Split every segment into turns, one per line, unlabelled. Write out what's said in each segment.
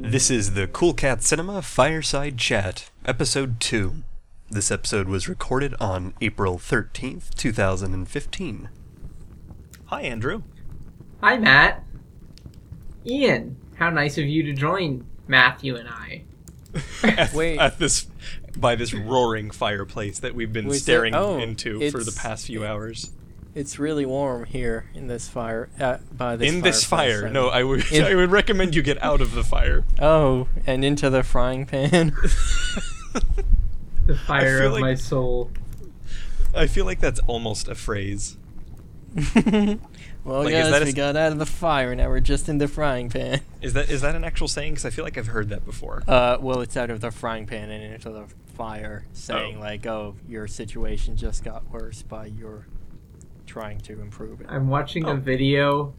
This is the Cool Cat Cinema Fireside Chat, Episode 2. This episode was recorded on April 13th, 2015.
Hi, Andrew.
Hi, Matt. Ian, how nice of you to join Matthew and I.
At,
Wait.
At this, by this roaring fireplace that we've been
Wait, so-
staring
oh,
into for
it's-
the past few hours.
It's really warm here in this fire. Uh, by this
In this
fireplace,
fire.
I
No,
mean.
I would,
In-
I would recommend you get out of the fire.
Oh, and into the frying pan.
The fire
feel
of
like-
my soul.
I feel like that's almost a phrase.
well,
Like, is
guys,
that a
we
s-
got out of the fire. Now we're just in the frying pan.
Is that is that an actual saying? Because I feel like I've heard that before.
Uh, well, it's out of the frying pan and into the fire, saying
Oh.
like, "Oh, your situation just got worse by your trying to improve it."
I'm watching
Oh.
a video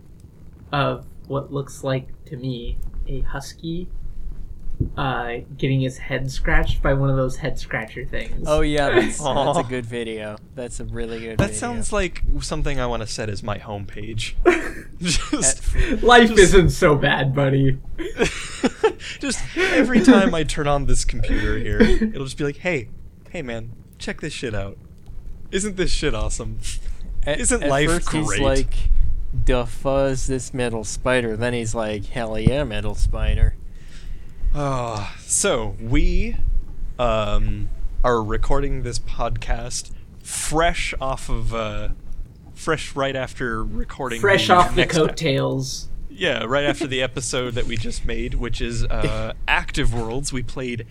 of what looks like to me a husky uh, getting his head scratched by one of those head scratcher things.
Oh yeah, that's, that's
Aw.
a good video. That's a really good.
that
video.
sounds like something I want to set as my homepage. just,
Life
just-
isn't so bad, buddy.
just every time I turn on this computer here, it'll just be like, "Hey, hey, man, check this shit out. Isn't this shit awesome?"
At-
Isn't
at
life
first He's
great?
like, "The fuzz this metal spider." Then he's like, "Hell yeah, metal spider."
Ah, so we um, are recording this podcast fresh off of uh, fresh right after recording
Fresh off the
next-
coattails.
yeah right after the episode that we just made which is uh, active worlds we played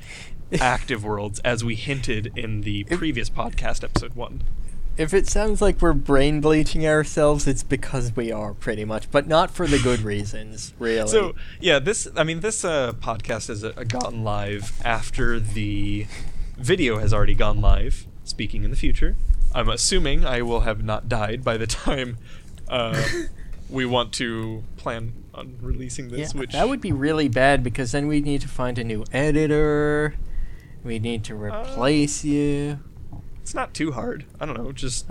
active worlds as we hinted in the previous podcast episode one
If it sounds like we're brain bleaching ourselves, it's because we are pretty much, but not for the good reasons, really.
So yeah, this I mean this uh, podcast has uh, gotten live after the video has already gone live. Speaking in the future, I'm assuming I will have not died by the time uh, we want to plan on releasing
yeah,
this. which
that would be really bad because then we need to find a new editor. We need
Uh.
to replace you.
it's not too hard. I don't know, just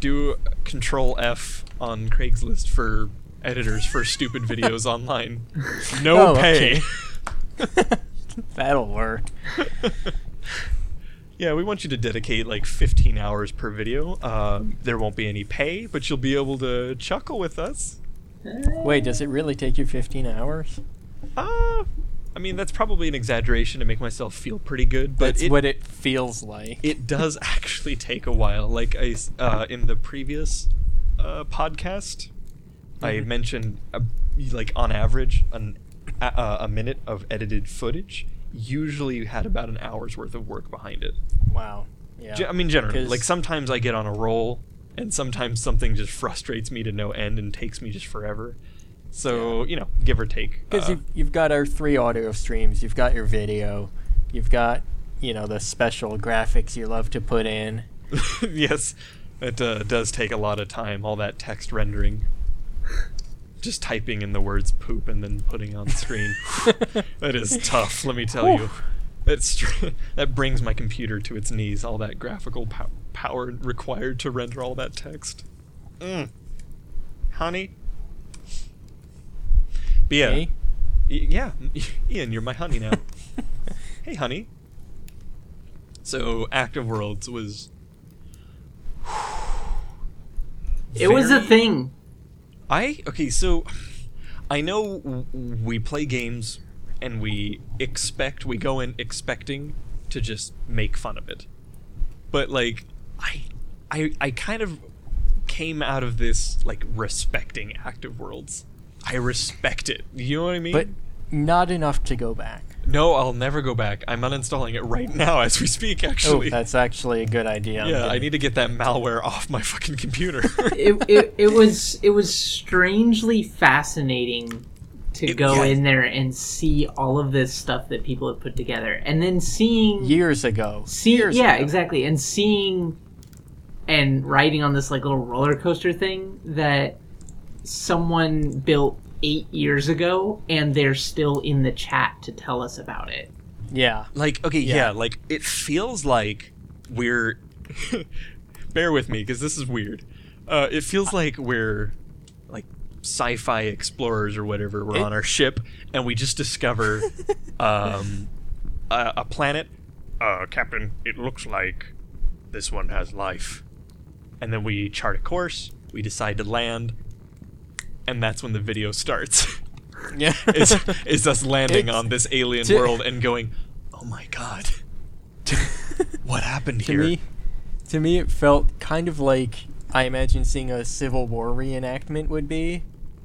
do Control F on Craigslist for editors for stupid videos online. No
Oh,
pay.
okay. That'll work.
yeah, we want you to dedicate like 15 hours per video. Um, there won't be any pay, but you'll be able to chuckle with us.
Wait, does it really take you 15 hours?
Uh, I mean, that's probably an exaggeration to make myself feel pretty good, but
That's
it,
what it feels like.
it does actually take a while. Like I, s- uh, in the previous uh, podcast, I
Mhm.
mentioned uh, like on average an, a, uh, a minute of edited footage usually had about an hour's worth of work behind it.
wow. Yeah.
Ge- I mean, generally, like
'Cause-
sometimes I get on a roll, and sometimes something just frustrates me to no end and takes me just forever. So you know, give or take.
Because
uh,
you've, you've got our three audio streams, you've got your video, you've got, you know, the special graphics you love to put in.
yes, it uh, does take a lot of time. All that text rendering, just typing in the words "poop" and then putting on screen. that is tough. Let me tell you. That's tr- that brings my computer to its knees. All that graphical pow- power required to render all that text. Mm. Honey. But yeah,
Me?
Y- yeah, Ian, you're my honey now. hey, honey. So, Active Worlds was.
It was a
Very-
thing.
I okay, so I know w- we play games and we expect we go in expecting to just make fun of it. But like I I I kind of came out of this like respecting active worlds. I respect it. You know what I mean?
But not enough to go back.
no, I'll never go back. I'm uninstalling it right now as we speak actually.
Oh, that's actually a good idea. I'm
yeah, I
gonna-
need to get that malware off my fucking computer.
it, it, it was it was strangely fascinating to
It-
go
yeah.
in there and see all of this stuff that people had put together and then seeing
years ago.
see-
years
yeah
ago.
exactly and seeing and riding on this like little roller coaster thing that someone built eight years ago and they're still in the chat to tell us about it
Yeah.
like okay yeah.
Yeah.
like it feels like we're bear with me because this is weird uh it feels like we're like sci-fi explorers or whatever were on our ship, and we just discover um, a, a planet. Uh, Captain, it looks like this one has life. And then we chart a course. We decide to land, and that's when the video starts.
Yeah.
is is us landing
It's-
on this alien
to-
world and going, "Oh my god, what happened
to
here?"
me to me it felt kind of like I imagine seeing a Civil War reenactment would be.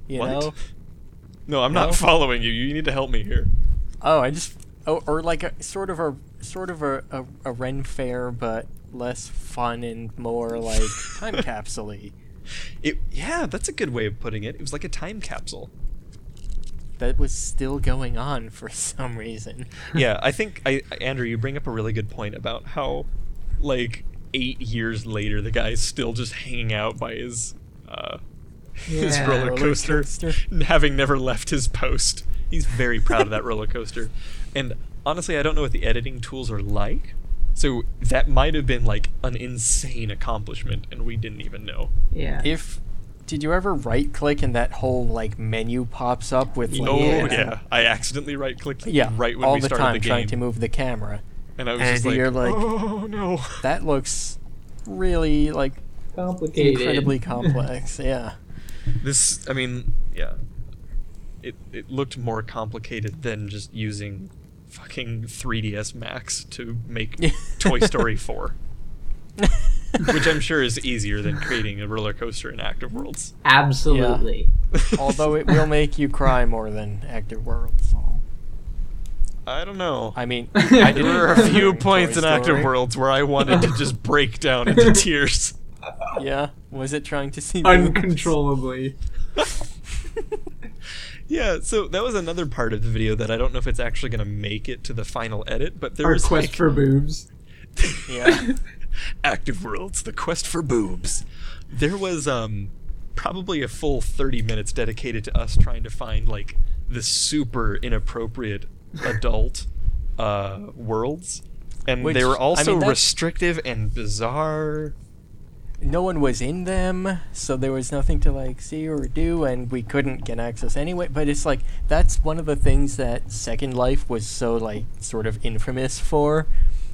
You
What?
know?
No, I'm
No?
not following you. You need to help me here.
Oh, I just oh, or like a sort of a sort of a, a, a Ren fair but less fun and more like time capsule
It, yeah, that's a good way of putting it. It was like a time capsule.
that was still going on for some reason.
yeah, I think I Andrew, you bring up a really good point about how, like, eight years later, the guy's still just hanging out by his uh, his
Yeah,
roller
roller
coaster,
coaster.
having never left his post. He's very proud of that roller coaster, and honestly, I don't know what the editing tools are like. So that might have been like an insane accomplishment, and we didn't even know.
Yeah.
If did you ever right click and that whole like menu pops up with like
Oh
Yeah.
yeah, I accidentally right clicked
yeah,
right when
all
we
the
started
time
the game,
trying to move the camera.
and I was
and
just like,
you're like-
oh no.
That looks really like
Complicated.
incredibly complex. Yeah.
This, I mean, yeah. It it looked more complicated than just using fucking 3ds Max to make Toy Story 4, which I'm sure is easier than creating a roller coaster in Active Worlds.
Absolutely.
Although it will make you cry more than Active Worlds.
I don't know.
I mean, I
there
didn't
were a
cry
few
during Toy
points in Active
Story.
Worlds where I wanted to just break down into tears.
Yeah. Was it trying to see boobs?
Uncontrollably.
Yeah, so that was another part of the video that I don't know if it's actually going to make it to the final edit, but there
Our
was
quest
like,
for boobs.
Yeah.
Active Worlds: The Quest for Boobs. There was um probably a full 30 minutes dedicated to us trying to find like the super inappropriate adult uh worlds and
Which-
they were
I
also
mean, that's-
restrictive and bizarre.
No one was in them, so there was nothing to like see or do, and we couldn't get access anyway. But it's like that's one of the things that Second Life was so like sort of infamous for.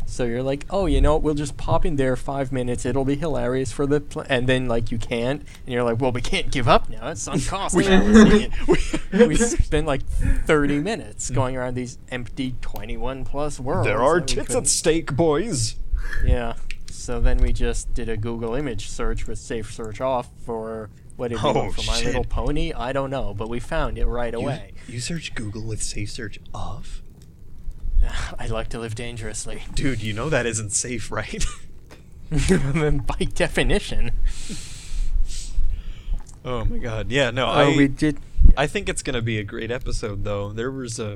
So you're like, oh, you know, what, we'll just pop in there five minutes. It'll be hilarious for the, pl-. and then like you can't, and you're like, well, we can't give up now. It's on cost. we spent like 30 minutes going around these empty 21 plus worlds. that we couldn't-
stake, boys.
Yeah. So then we just did a Google image search with safe search off for what did we
Oh,
want for My Little
shit.
Pony? I don't know, but we found it right away.
You search Google with safe search of?
I like to live dangerously.
Dude, you know that isn't safe, right?
Then By definition.
oh my god. Yeah, no,
Oh,
I
we did.
I think it's going to be a great episode, though. There was a.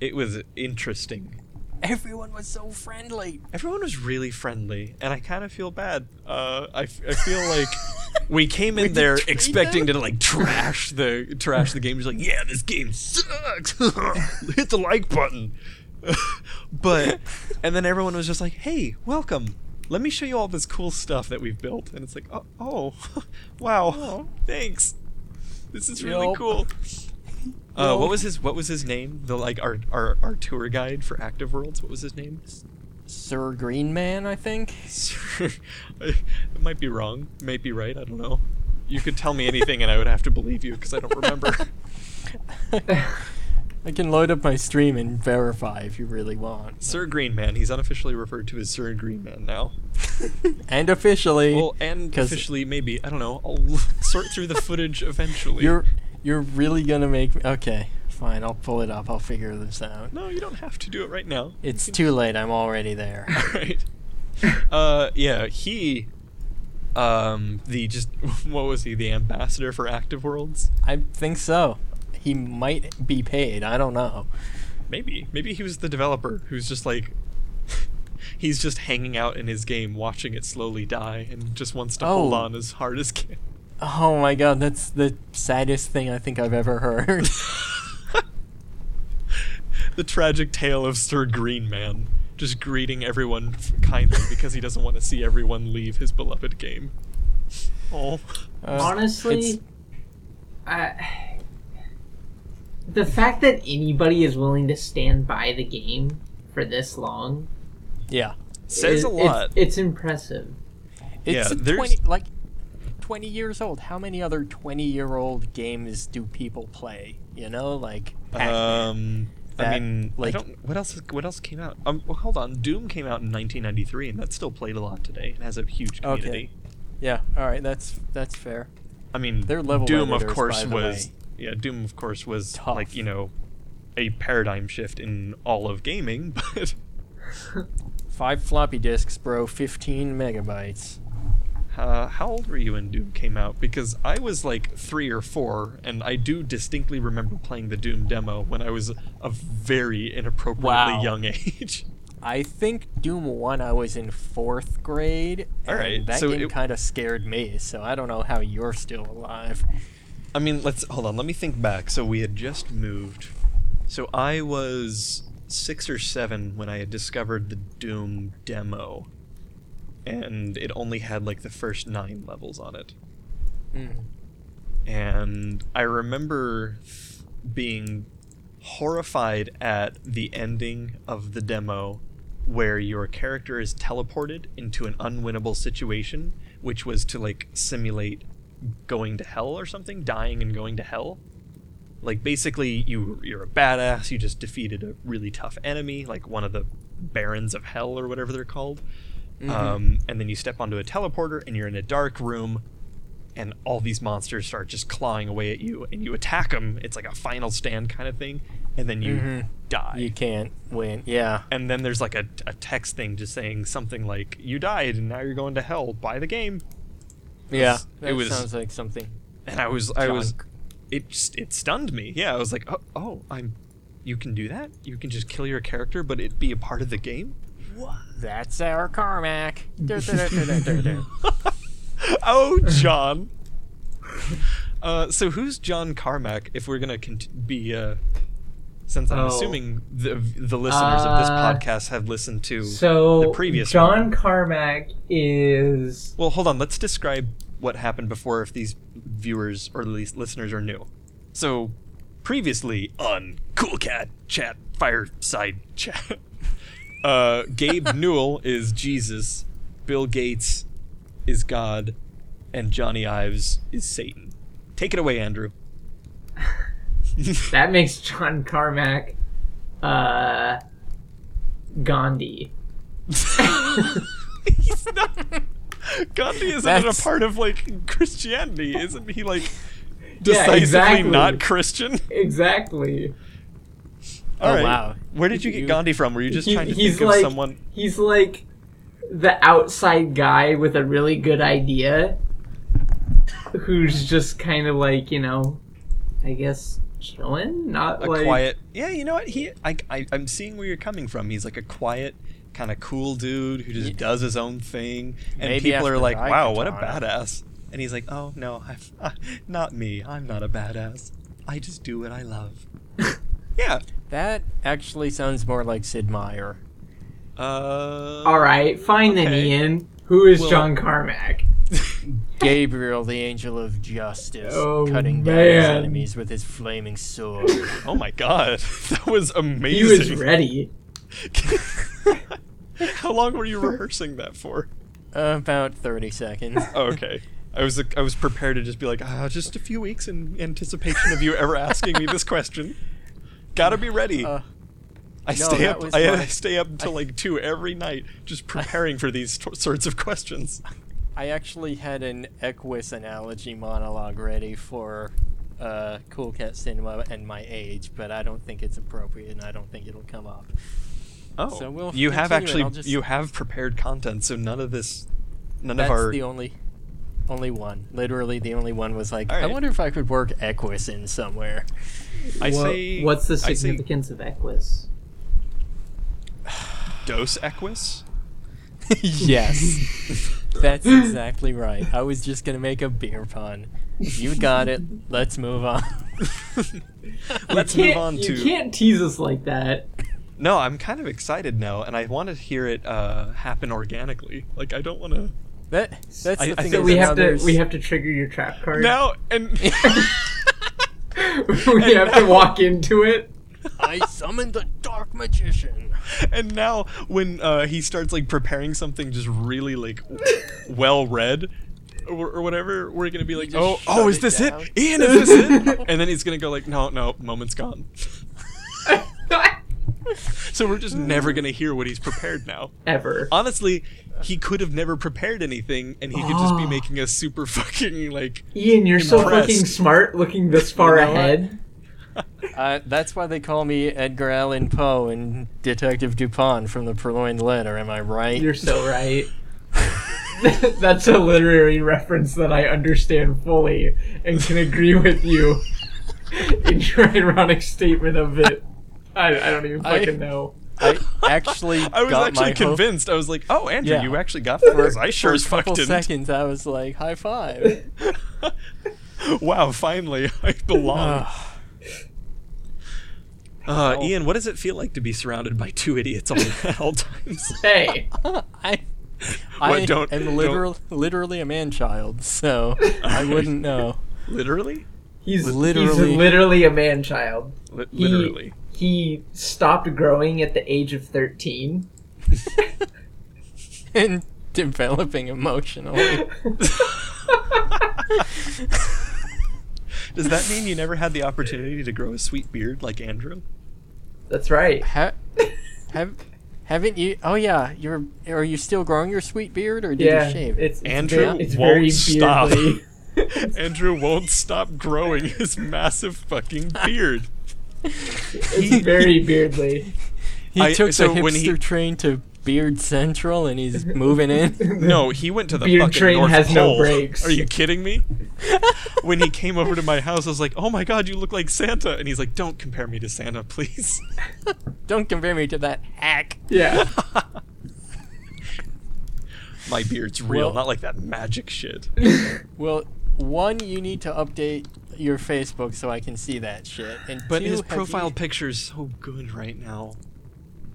It was interesting.
Everyone was so friendly.
Everyone was really friendly, and I kind of feel bad. Uh, I, f- I feel like we came in there
betrayed
expecting to like trash the trash the game. Just like, yeah, this game sucks. Hit the like button. but and then everyone was just like, hey, welcome. Let me show you all this cool stuff that we've built. And it's like, oh, oh wow, thanks. This is really
Oh. Yup.
cool. Uh, what
Yup.
was his What was his name? The like our, our our tour guide for Active Worlds. What was his name?
Sir Green Man, I think.
Sir- I it might be wrong. Might be right. I don't know. You could tell me anything, and I would have to believe you because I don't remember.
I can load up my stream and verify if you really want.
Sir Green Man. He's unofficially referred to as Sir Green Man now.
And officially,
Well, and
'Cause-
officially, maybe I don't know. I'll sort through the footage eventually.
you're you're really gonna make me. Okay, fine. I'll pull it up. I'll figure this out.
No, you don't have to do it right now.
It's too late. I'm already there.
right. Uh, yeah, he, um, the just what was he? The ambassador for Active Worlds?
I think so. He might be paid. I don't know.
Maybe, maybe he was the developer who's just like, he's just hanging out in his game, watching it slowly die, and just wants to hold
Oh.
on as hard as can.
Oh my god, that's the saddest thing I think I've ever heard.
The tragic tale of Sir Green Man, just greeting everyone f- kindly because he doesn't want to see everyone leave his beloved game. Oh.
Uh,
Honestly,
it's-
uh, the fact that anybody is willing to stand by the game for this long
Yeah.
Says
is-
a lot.
It's, it's impressive.
It's
Yeah,
a
there's-
20, like 20 years old. How many other 20 year old games do people play? You know, like Pac-Man.
um, I
That,
mean,
like-
I don't, what else? What else came out? Um, well, hold on. Doom came out in 1993, and that's still played a lot today. It has a huge
Okay.
community.
yeah, all right, that's that's fair.
I mean,
They're level
Doom, of
editors,
course,
by the
was
way.
yeah. Doom, of course, was
Tough.
like you know, a paradigm shift in all of gaming. But
Five floppy disks, bro, 15 megabytes.
uh, how old were you when Doom came out? Because I was like three or four, and I do distinctly remember playing the Doom demo when I was a very inappropriately
Wow.
young age.
I think Doom 1 I was in 4th grade.
All
and
right,
that
so
game
it-
kind of scared me, so I don't know how you're still alive.
I mean, let's hold on. Let me think back. So we had just moved. So I was six or seven when I had discovered the Doom demo, and it only had like the first nine levels on it.
Mm.
And I remember th- being horrified at the ending of the demo where your character is teleported into an unwinnable situation, which was to like simulate going to hell or something, dying and going to hell. Like basically you you're a badass, you just defeated a really tough enemy, like one of the barons of hell or whatever they're called. Um, and then you step onto a teleporter and you're in a dark room and all these monsters start just clawing away at you and you attack them. It's like a final stand kind of thing and then you
Mhm.
die
You can't win. Yeah.
and then there's like a, a text thing just saying something like you died and now you're going to hell buy the game
Yeah.
was- it
That
was-
sounds like something.
and i was i was
Junk.
it just it stunned me yeah i was like oh, oh i'm you can do that you can just kill your character but it be a part of the game
That's our Carmack. Dur, dur, dur, dur, dur, dur.
oh john uh, so who's john carmack if we're gonna cont- be uh since i'm
Oh.
assuming the the listeners of this
Uh,
podcast have listened to
So
The previous
John Carmack is
Well, hold on. Let's describe what happened before if these viewers or at least listeners are new. So, previously on Cool Cat Chat Fireside Chat, uh, Gabe Newell is Jesus, Bill Gates is God, and Johnny Ives is Satan. Take it away, Andrew.
that makes John Carmack uh Gandhi.
He's not. Gandhi isn't
That's-
a part of like Christianity, isn't he? Like
Yeah,
decisively
exactly.
not Christian.
Exactly.
All
Oh,
right.
wow.
Where did you get
You-
Gandhi from? Were you just
He-
trying to
he's
think
like
of someone?
he's like the outside guy with a really good idea who's just kind of like, you know, I guess chilling, not
A
like
quiet. Yeah, you know what? He, I, I, I'm seeing where you're coming from. He's like a quiet, kind of cool dude who just does his own thing, and
Maybe
people are
after
like,
I
"Wow,
got
what a
on it."
badass!" And he's like, "Oh no, I'm, not me. I'm not a badass. I just do what I love." yeah.
That actually sounds more like Sid Meier.
Uh,
All right, fine then
Okay.
Ian. Who is
Well-
John Carmack?
Gabriel, the angel of justice,
Oh,
cutting down his
man.
enemies with his flaming sword.
Oh my god, that was
He was
amazing.
ready.
How long were you rehearsing that for?
About 30 seconds.
Oh, okay. I was I was prepared to just be like, ah, just a few weeks in anticipation of you ever asking me this question. Gotta be ready.
Uh,
I
no,
stay
that
up.
was
I,
my-
I stay up till like two every night, just preparing for these t- sorts of questions.
I actually had an Equus analogy monologue ready for uh, Cool Cat Cinema and my age, but I don't think it's appropriate and I don't think it'll come up.
Oh,
So we'll
you have
continue
actually
it, I'll just-
you have prepared content, so none of this, none
That's
of our.
the only only one. Literally, the only one was like,
All
I
right.
wonder if I could work Equus in somewhere.
I
Wha-
say.
What's the
I say
significance of Equus?
Dos equis.
yes. That's exactly right. I was just going to make a beer pun. You got it. Let's move on.
Let's
Can't-
move on
you
to.
can't tease us like that.
No, I'm kind of excited now, and I want to hear it uh, happen organically. Like I don't want to.
That that's
I- I
the thing.
think
is
we
that
have
now
to
there's-
we have to trigger your trap card.
Now and
we have to walk into it.
I summoned the dark magician.
And now, when uh, he starts like preparing something just really like well read or, or whatever, we're gonna be like,
just
oh,
shut
oh, is
it
this
down.
it? Ian, is this it? And then he's gonna go like, no, no, moment's gone. So we're just never gonna hear what he's prepared now.
Ever.
Honestly, he could have never prepared anything, and he could just be
Oh.
making a super fucking like.
Ian, you're so
Impressed.
fucking smart looking this far
You know what?
ahead.
Uh, that's why they call me Edgar Allan Poe and Detective Dupont from the Purloined Letter. Am I right?
You're so right. That's a literary reference that I understand fully and can agree with you in your ironic statement of it. I, I don't even
I-
fucking know.
I actually
I was
got
actually
my hope-
convinced. I was like, "Oh, Andrew,
Yeah.
you actually got that." 'Cause I sure
for
as
a
fuck
couple
didn't.
seconds. I was like, high five.
Wow, finally, I belong. Uh, Ian, what does it feel like to be surrounded by two idiots all, at all times?
Hey,
I, I
don't-
am
don't-
literal, literally a man child, so I wouldn't know.
Literally?
he's literally,
Literally.
he's literally a man child.
Li-
He-
literally.
He stopped growing at the age of 13.
and developing emotionally.
Does that mean you never had the opportunity to grow a sweet beard like Andrew?
That's right.
Ha- have haven't you? Oh yeah, you're. Are you still growing your sweet beard, or did
Yeah.
you shave? it?
It's, it's
Andrew
very, it's
won't
very
stop.
beardly.
Andrew won't stop growing his massive fucking beard.
It's very beardly.
he
I-
took
so
the
when
hipster
he-
train to Beard Central, and he's moving in.
No, he went to the
Beard
fucking
train
North
has no
Pole.
brakes.
Are you kidding me? when he came over to my house, I was like, "Oh my god, you look like Santa," and he's like, "Don't compare me to Santa, please."
Don't compare me to that hack.
Yeah.
My beard's real,
Well-
not like that magic shit.
Well, one, you need to update your Facebook so I can see that shit. And
But
two,
his
have
profile
you-
picture is so good right now.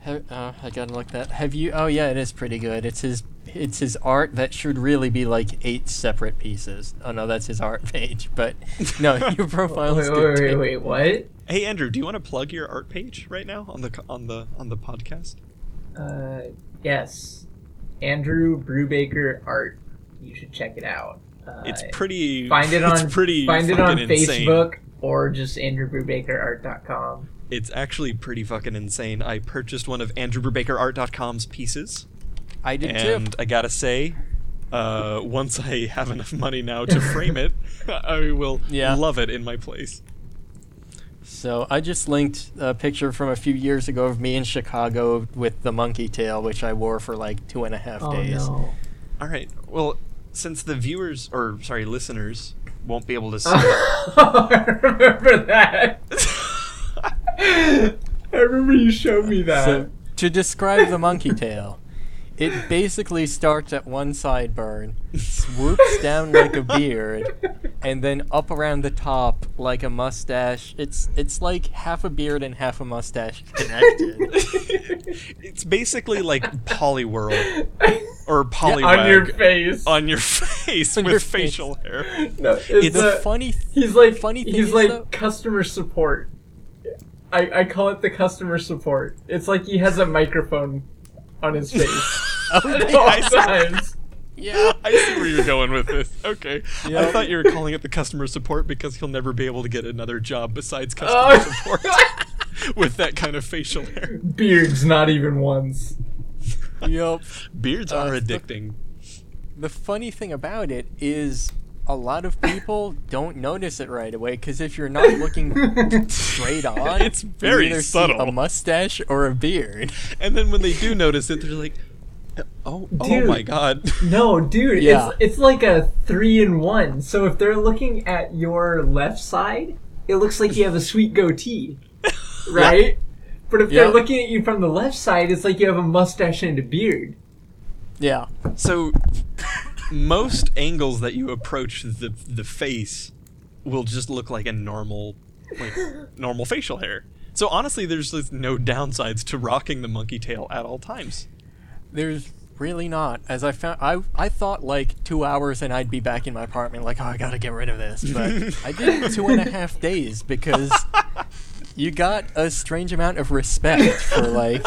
Ha- uh, I gotta look that. Have you? Oh yeah, it is pretty good. It's his. It's his art that should really be like eight separate pieces. Oh no, that's his art page. But no, your profile is
Wait,
good.
wait,
too.
wait, wait, what?
Hey Andrew, do you want to plug your art page right now on the co- on the on the podcast?
Uh, yes. Andrew Brubaker art. You should check it out. Uh,
It's pretty.
find it
it's
on
pretty.
find it on
fucking insane.
Facebook or just andrewbrubakerart.com.
It's actually pretty fucking insane. I purchased one of AndrewBakerArt.com's pieces,
I did
and
too.
I gotta say, uh, once I have enough money now to frame it, I will
Yeah.
love it in my place.
So I just linked a picture from a few years ago of me in Chicago with the monkey tail, which I wore for like two and a half
Oh
days.
no.
All right. Well, since the viewers or sorry listeners won't be able to see
I remember that. I remember you showed me that.
So Uh, to describe the monkey tail, it basically starts at one sideburn, swoops down like a beard, and then up around the top like a mustache. It's it's like half a beard and half a mustache connected.
It's basically like Polyworld or Polywag
on your face.
on your face
On
with
your face.
facial hair.
no, it's
the
a-
funny
He's like
Funny thing
he's
is,
like
though-
customer support. I, I call it the customer support. It's like he has a microphone on his face at all
I see-
times.
yeah.
I see where you're going with this. Okay. I
Yeah.
thought you were calling it the customer support because he'll never be able to get another job besides customer
Oh.
support with that kind of facial hair.
Beards not even once.
Yup.
Beards are
Uh,
addicting.
the funny thing about it is a lot of people don't notice it right away because if you're not looking straight on,
It's very
you either see
subtle.
a mustache or a beard.
And then when they do notice it, they're like, "Oh, oh
Dude.
my god."
No, dude,
Yeah.
it's it's like a three in one. So if they're looking at your left side, it looks like you have a sweet goatee. Right? But if
Yeah.
they're looking at you from the left side, it's like you have a mustache and a beard.
Yeah,
So most angles that you approach the the face will just look like a normal like normal facial hair. So honestly, there's just no downsides to rocking the monkey tail at all times.
there's really not. As I found, I I thought like two hours and I'd be back in my apartment, like, oh, I gotta get rid of this. But I did it in two and a half days because you got a strange amount of respect for like,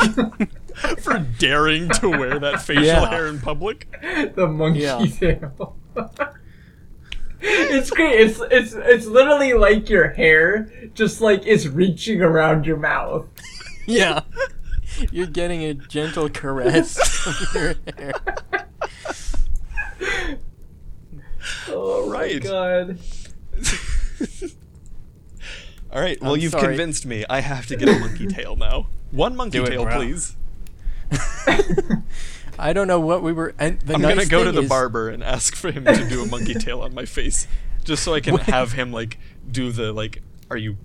for daring to wear that facial
Yeah.
hair in public.
the monkey
Yeah.
tail. it's great. It's it's it's literally like your hair, just like it's reaching around your mouth.
yeah, you're getting a gentle caress from your hair.
Oh my
Right.
god.
All right. Well,
I'm
you've
sorry.
convinced me. I have to get a monkey tail now. One monkey
Do it,
tail,
bro.
please.
I don't know what we were. And the
I'm
nice
gonna go to
thing
the
is-
barber and ask for him to do a monkey tail on my face, just so I can have him like do the like. Are you?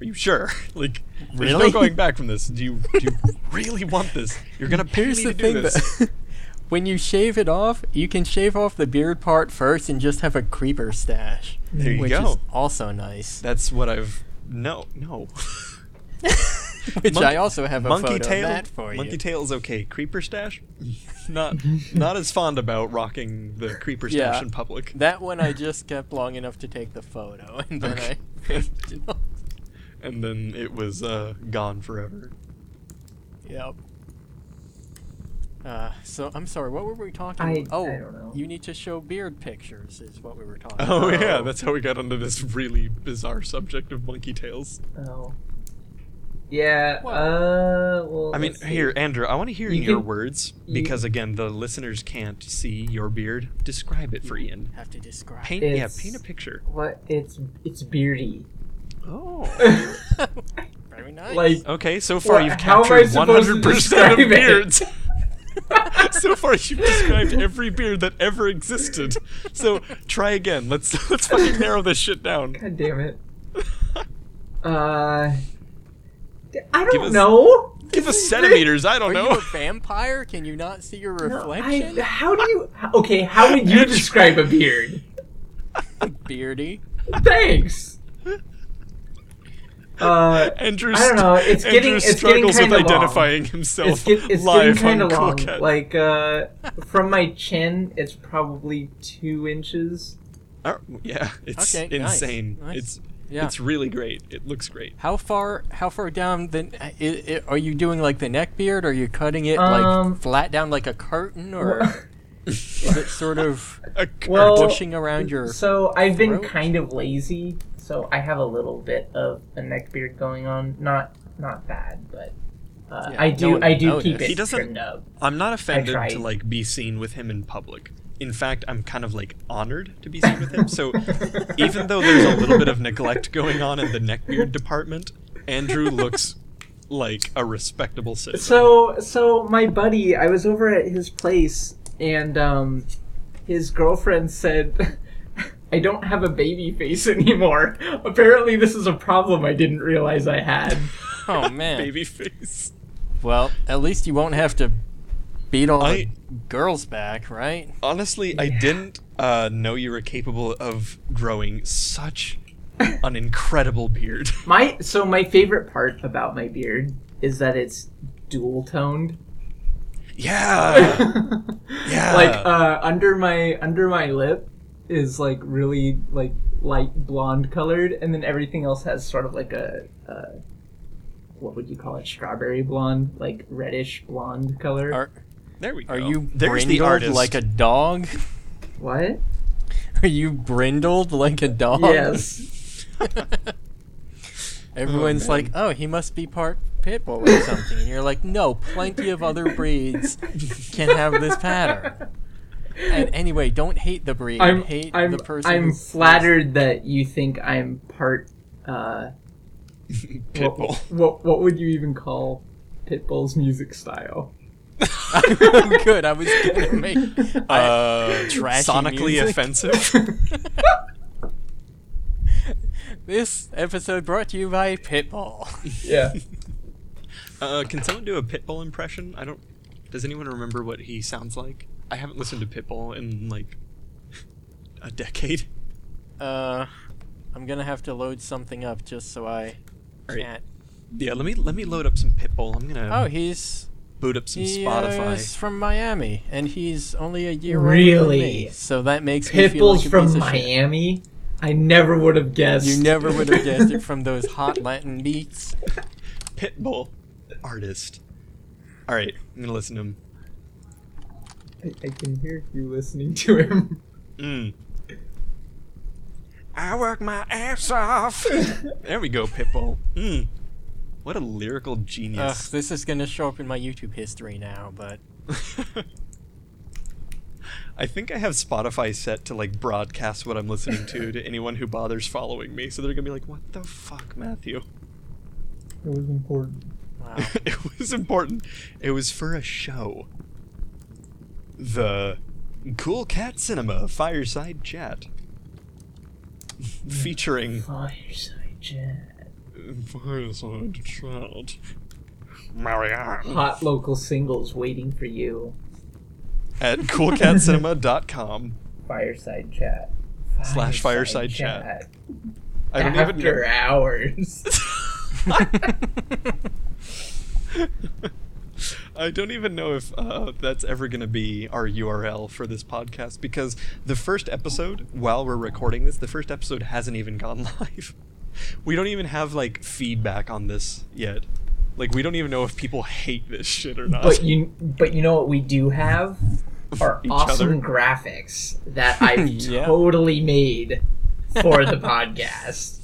Are you sure? Like, there's no
Really?
going back from this. Do you? Do you really want this? You're gonna pay
Here's
me
the
to do
thing
this.
that when you shave it off, you can shave off the beard part first and just have a creeper stash.
There you
which
go.
is also nice.
That's what I've. No, no.
Which
Mon-
I also have a
monkey
photo
tail.
of that for you.
monkey tail's okay. Creeper stash, not not as fond about rocking the creeper stash
Yeah.
in public.
that one I just kept long enough to take the photo and then
Okay.
I
and then it was uh, gone forever.
Yep. Uh, so I'm sorry, what were we talking
I-
about? Oh,
I don't know.
you need to show beard pictures is what we were talking
Oh,
about.
yeah, that's how we got onto this really bizarre subject of monkey tails.
Oh. Yeah.
Well-
uh. Well.
I mean,
let's see.
here, Andrew, I want to hear
You
your
can-
words
you-
because again, the listeners can't see your beard. Describe it for Ian.
Have to describe.
Paint, yeah,
It's-
paint a picture.
What? It's it's beardy.
Oh.
Very nice.
like
Okay, so far
What-
you've
how am I
captured
supposed to
100% of
describe it?
beards. so far you've described every beard that ever existed. So try again. Let's let's fucking narrow this shit down.
God damn it. Uh. d- I don't
us-
know.
Give us centimeters, I don't
Are you
know.
a vampire? Can you not see your
No,
reflection?
I, how do you? Okay, how would you describe a beard?
Beardy.
Thanks. Uh,
Andrew,
I don't know,
st-
it's getting-
Andrew
it's getting
struggles with
kinda long.
identifying himself
it's get, it's getting
live
kind
on
of
Cool
long.
Cat.
Like uh, from my chin, it's probably two inches.
Oh, yeah, it's
Okay, nice,
insane.
nice.
It's
Yeah.
it's really great. It looks great.
How far? How far down? Then are you doing like the neck beard? Are you cutting it
Um,
like flat down like a curtain, or is it sort of
A
Well-
cartoon.
pushing around your?
So I've been
throat?
kind of lazy, so I have a little bit of a neck beard going on. Not not bad, but uh,
Yeah,
I
no
do
one
I do
would
keep
notice.
it
He doesn't-
trimmed up.
I'm not offended
tried.
to like be seen with him in public. In fact, I'm kind of like honored to be seen with him. So even though there's a little bit of neglect going on in the neckbeard department, Andrew looks like a respectable citizen.
So so my buddy, I was over at his place and um his girlfriend said I don't have a baby face anymore. Apparently this is a problem I didn't realize I had.
oh man.
Baby face.
Well, at least you won't have to beat all
I-
the girls back, right?
Honestly, I didn't uh, know you were capable of growing such an incredible beard.
My so my favorite part about my beard is that it's dual toned.
yeah. Yeah.
like uh under my under my lip is like really like light blonde colored and then everything else has sort of like a uh what would you call it strawberry blonde like reddish blonde color
Are
there we go.
are you
There's the
brindled
artist.
like a dog?
what
Are you brindled like a dog?
yes
Oh,
Everyone's like, oh, he must be part pit bull or something. And you're like, no, plenty of other breeds can have this pattern. And anyway, don't hate the breed.
i'm
hate
i'm
the person.
i'm
who-
flattered that you think i'm part uh what,
pitbull?
what what would you even call pitbull's music style
Good. I was gonna make. I-
Uh,
Trashy
sonically
music.
offensive.
this episode brought to you by Pitbull.
yeah
Uh, can someone do a Pitbull impression? I don't. Does anyone remember what he sounds like? I haven't listened to Pitbull in like a decade.
Uh, I'm gonna have to load something up just so I
All right.
can't.
Yeah, let me let me load up some Pitbull. I'm gonna.
Oh, he's
boot up some
He, uh, is
Um, Spotify.
from Miami, and he's only a year older than
Really?
me. So that makes me feel
Pitbull's
like a piece
from
of shit.
Miami. I never would have guessed.
You never would have guessed it from those hot Latin beats.
Pitbull artist. All right, I'm gonna listen to him.
I, I can hear you listening to him.
Mm. I work my ass off. there we go, Pitbull. Mm. What a lyrical
Ugh,
genius.
this is gonna show up in my YouTube history now, but
I think I have Spotify set to like broadcast what I'm listening to to anyone who bothers following me, so they're gonna be like, "What the fuck, Matthew?"
It was important.
wow.
it was important. It was for a show. The Cool Cat Cinema Fireside Chat. Featuring
Fireside Chat.
Fireside Chat. Marianne.
Hot local singles waiting for you.
At coolcatcinema.com.
Fireside Chat.
Slash Fireside Chat. I don't even
After
know.
hours.
I don't even know if uh, that's ever going to be our URL for this podcast because the first episode, while we're recording this, the first episode hasn't even gone live. We don't even have like feedback on this yet. Like we don't even know if people hate this shit or not.
But you, but you know what we do have are
Each
awesome
other.
graphics that I've
Yeah.
totally made for the podcast.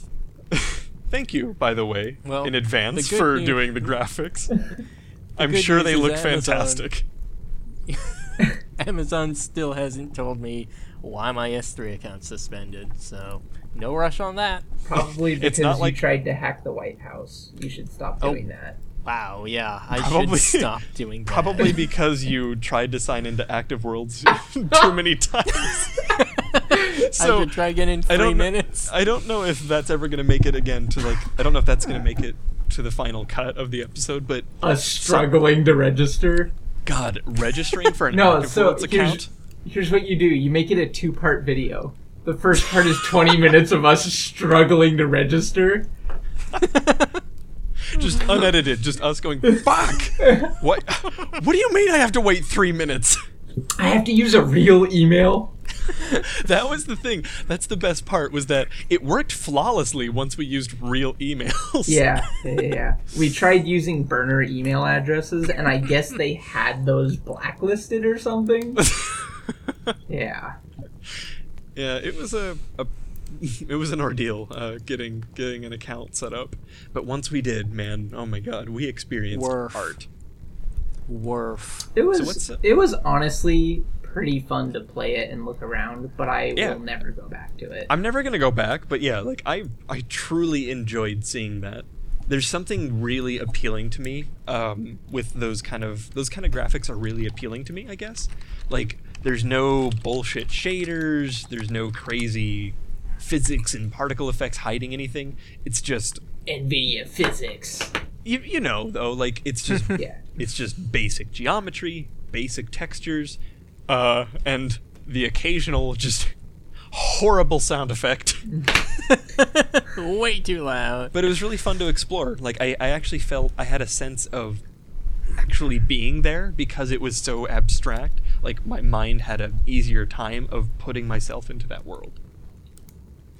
Thank you, by the way,
Well,
in
the
advance
good
for
news-
doing the graphics. I'm
good
sure
news
they
is
look
Amazon-
fantastic.
Amazon still hasn't told me why my S3 account's suspended, so no rush on that.
Probably because
not like-
you tried to hack the White House. You should stop
Oh.
doing that.
Wow, yeah, I
Probably-
should stop doing that.
Probably because you tried to sign into Active Worlds too many times.
I
so,
should try again in three
don't kn-
minutes.
I don't know if that's ever gonna make it again to like I don't know if that's gonna make it to the final cut of the episode, but
Us struggling to register.
God, registering for an
No,
Active
so
Worlds account.
here's, here's what you do. You make it a two-part video. The first part is 20 minutes of us struggling to register.
Just unedited, just us going, Fuck What What do you mean I have to wait three minutes?
I have to use a real email.
That was the thing. That's the best part was that it worked flawlessly once we used real emails.
Yeah, yeah, yeah. We tried using burner email addresses, and I guess they had those blacklisted or something. Yeah.
Yeah, it was a, a it was an ordeal uh, getting getting an account set up, but once we did, man, oh my god, we experienced
Worf.
art.
Worf.
It was
what's the-
it was honestly pretty fun to play it and look around, but I
Yeah.
will never go back to it.
I'm never gonna go back, but yeah, like I I truly enjoyed seeing that. There's something really appealing to me um, with those kind of those kind of graphics are really appealing to me. I guess like there's no bullshit shaders, there's no crazy physics and particle effects hiding anything. It's just
Nvidia physics.
you, you know though like it's just
Yeah.
It's just basic geometry, basic textures, uh, and the occasional just horrible sound effect.
Way too loud.
but it was really fun to explore. Like I, I actually felt I had a sense of actually being there because it was so abstract. Like my mind had an easier time of putting myself into that world.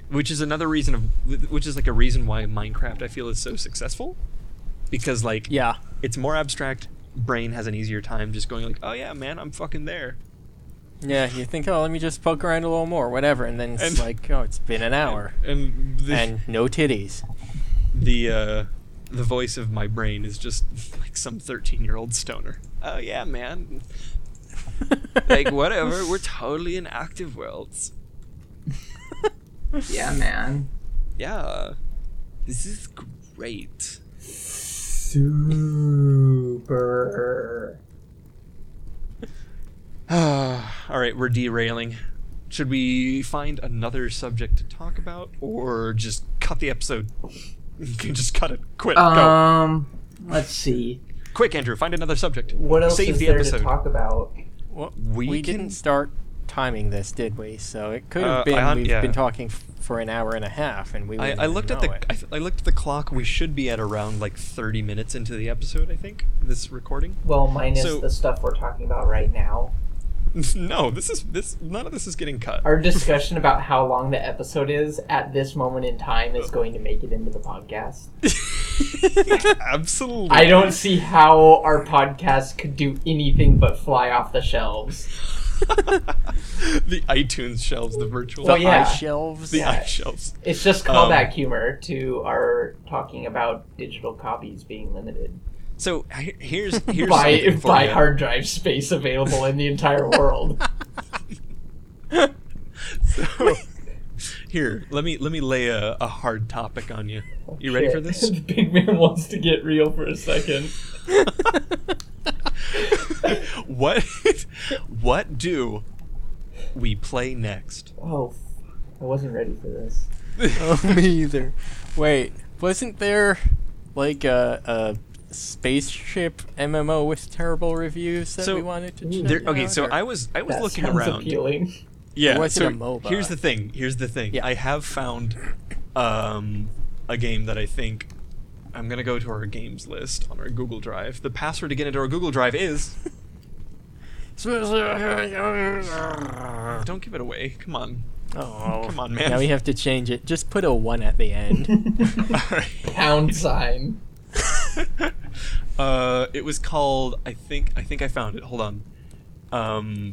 Which is another reason of which is like a reason why Minecraft I feel is so successful. Because like
Yeah.
it's more abstract. Brain has an easier time just going like, "Oh yeah, man, I'm fucking there."
Yeah, you think, oh, let me just poke around a little more, whatever, and then it's
And-
like, oh, it's been an hour.
And the
And no titties.
the uh, the voice of my brain is just like some 13 year old stoner. Oh yeah, man. Like whatever. We're totally in active worlds.
Yeah, man.
Yeah, this is great.
Super.
All right, we're derailing. Should we find another subject to talk about, or just cut the episode? Okay, just cut it. Quit. Go.
Um, let's see.
Quick, Andrew. Find another subject.
What else
Save
is
the
there
episode.
to talk about?
Well,
We
we
can-
didn't start timing this, did we? So it could
Uh,
have been
I-
we've
yeah.
been talking f- for an hour and a half, and we.
I,
wouldn't
I
even
looked at
know
the
it.
I, th- I looked at the clock. We should be at around like 30 minutes into the episode, I think. This recording.
Well, minus
So-
the stuff we're talking about right now.
no, this is this none of this is getting cut.
Our discussion about how long the episode is at this moment in time is going to make it into the podcast.
Absolutely.
I don't see how our podcast could do anything but fly off the shelves.
the iTunes shelves, the virtual
Well, Oh, yeah.
Ice shelves.
the
yeah.
iShelves.
It's just
Um,
callback humor to our talking about digital copies being limited
So he- here's here's
by
something for
by
ya.
hard drive space available in the entire world.
So, here, let me let me lay a, a hard topic on you. You ready for
Shit.
this?
the big man wants to get real for a second.
what what do we play next?
Oh, f- I wasn't ready for this.
oh, me either. Wait, wasn't there like a, a spaceship MMO with terrible reviews that
So,
we wanted to check
There, okay,
out,
so
or-
I was I was
That
looking
sounds
around.
appealing.
Yeah,
was it
so
a MOBA?
here's the thing. Here's the thing.
Yeah.
I have found um, a game that I think I'm gonna go to our games list on our Google Drive. The password to get into our Google Drive is don't give it away. Come on.
Oh,
Come on, man.
Now we have to change it. Just put a one at the end.
All right.
Pound sign.
uh, it was called. I think. I think I found it. Hold on. Um.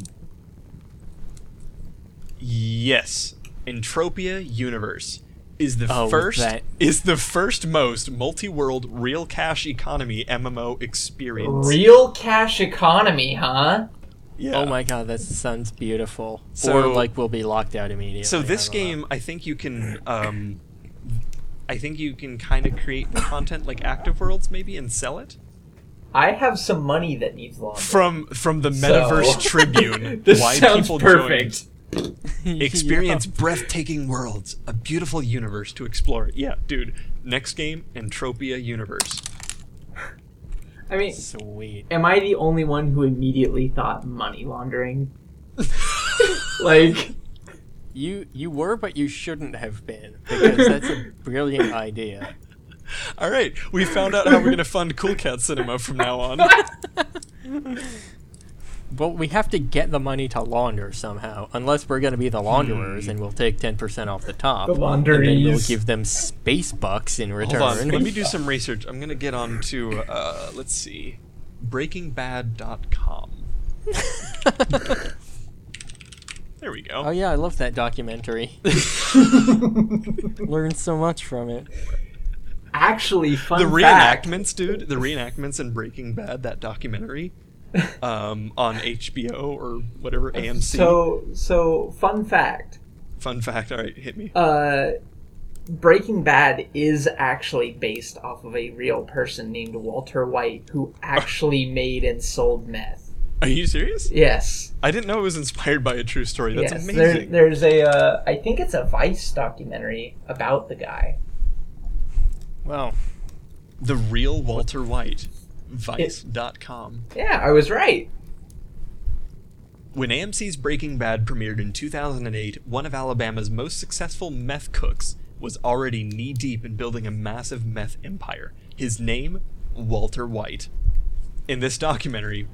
Yes, Entropia Universe is the
Oh,
first
that-
is the first most multi-world real cash economy MMO experience.
Real cash economy, huh?
Yeah.
Oh my god, that sounds beautiful. or
So-
like we'll be locked out immediately.
So this
I don't know.
game, I think you can. Um, I think you can kind of create content like Active Worlds maybe and sell it
I have some money that needs laundry.
from from the Metaverse
So-
Tribune.
this
why
sounds
people
perfect.
joined. Experience breathtaking worlds, a beautiful universe to explore. Yeah, dude. Next game, Entropia Universe.
I mean,
Sweet.
am I the only one who immediately thought money laundering? like,
You you were, but you shouldn't have been because that's a brilliant idea.
All right, we found out how we're gonna fund Cool Cat Cinema from now on.
Well, we have to get the money to launder somehow, unless we're going to be the launderers and we'll take ten percent off the top.
The
And then we'll
launderees.
give them space bucks in return.
Hold on, let me do some research. I'm gonna get on to uh, let's see, BreakingBad.com. There we
oh
go.
yeah, I love that documentary. Learned so much from it.
actually, fun
The
fact.
reenactments, dude. The reenactments in Breaking Bad, that documentary, um, on HBO or whatever AMC.
So, so fun fact.
Fun fact. All right, hit me.
Uh, Breaking Bad is actually based off of a real person named Walter White who actually made and sold meth.
Are you serious?
Yes.
I didn't know it was inspired by a true story. That's
yes. There-
amazing.
there's a, uh, I think it's a Vice documentary about the guy.
Wow.
The real Walter White, Vice.com.
Yeah, I was right.
When AMC's Breaking Bad premiered in 2008, one of Alabama's most successful meth cooks was already knee deep in building a massive meth empire. His name, Walter White. In this documentary,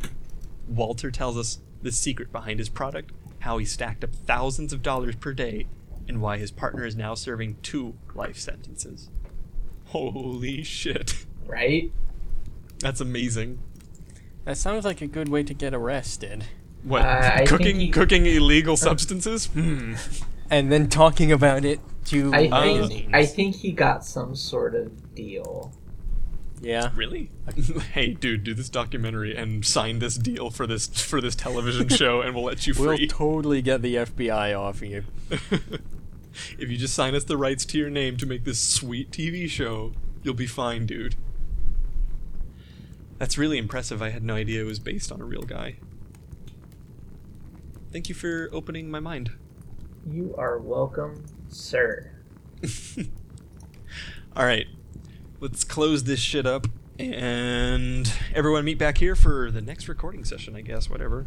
Walter tells us the secret behind his product, how he stacked up thousands of dollars per day, and why his partner is now serving two life sentences. Holy shit.
Right?
That's amazing.
That sounds like a good way to get arrested.
What?
Uh, I
cooking
think he-
cooking illegal substances? Hmm.
And then talking about it to
I
Um,
think I think he got some sort of deal.
yeah.
Really? hey, dude, do this documentary and sign this deal for this for this television show, and we'll let you
We'll
free.
totally get the FBI off you.
if you just sign us the rights to your name to make this sweet TV show, you'll be fine, dude. That's really impressive. I had no idea it was based on a real guy. Thank you for opening my mind.
You are welcome, sir.
All right, let's close this shit up and everyone meet back here for the next recording session, I guess. Whatever.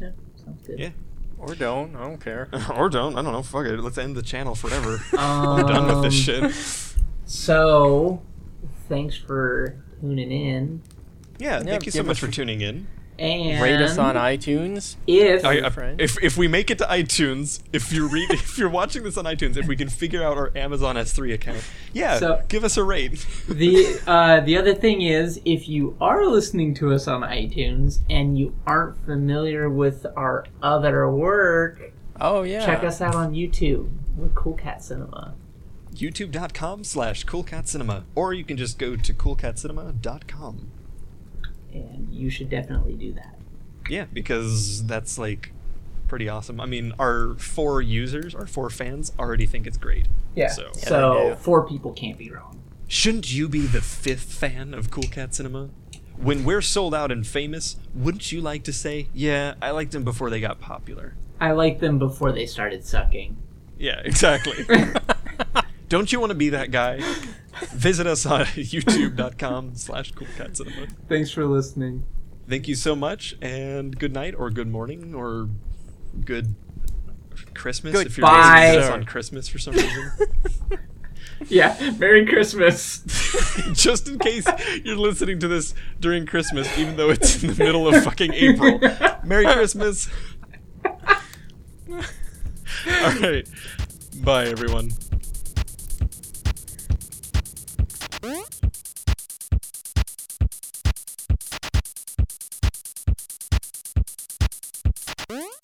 Yeah, sounds good.
Yeah.
Or don't. I don't care.
or don't. I don't know. Fuck it. Let's end the channel forever. I'm done with
Um,
this
Um,
shit.
So, thanks for tuning in.
Yeah, thank you so
give
much
us
for tuning in.
And
Rate us on iTunes.
if
I, I-
friend.
if, if we make it to iTunes, if you read, if you're watching this on iTunes, if we can figure out our Amazon S3 account, yeah,
So-
give us a rate.
the uh, the other thing is, if you are listening to us on iTunes and you aren't familiar with our other work,
Oh yeah.
check us out on YouTube. We're Cool Cat Cinema.
YouTube.com slash CoolCatCinema, or you can just go to CoolCatCinema.com.
and you should definitely do that.
Yeah, because that's like pretty awesome. I mean, our four users, our four fans, already think it's great.
Yeah.
So- Yeah,
I
so
do.
four people can't be wrong.
Shouldn't you be the fifth fan of Cool Cat Cinema? When we're sold out and famous, wouldn't you like to say, "Yeah, I liked them before they got popular"?
I liked them before they started sucking.
Yeah, exactly. Don't you want to be that guy? Visit us on youtube.com slash coolcatcinema.
Thanks for listening.
Thank you so much, and good night, or good morning, or good Christmas if you're listening to this
Goodbye.
on Christmas for some reason.
Yeah. Merry Christmas.
Just in case you're listening to this during Christmas, even though it's in the middle of fucking April. Merry Christmas. All right. Bye, everyone.
What?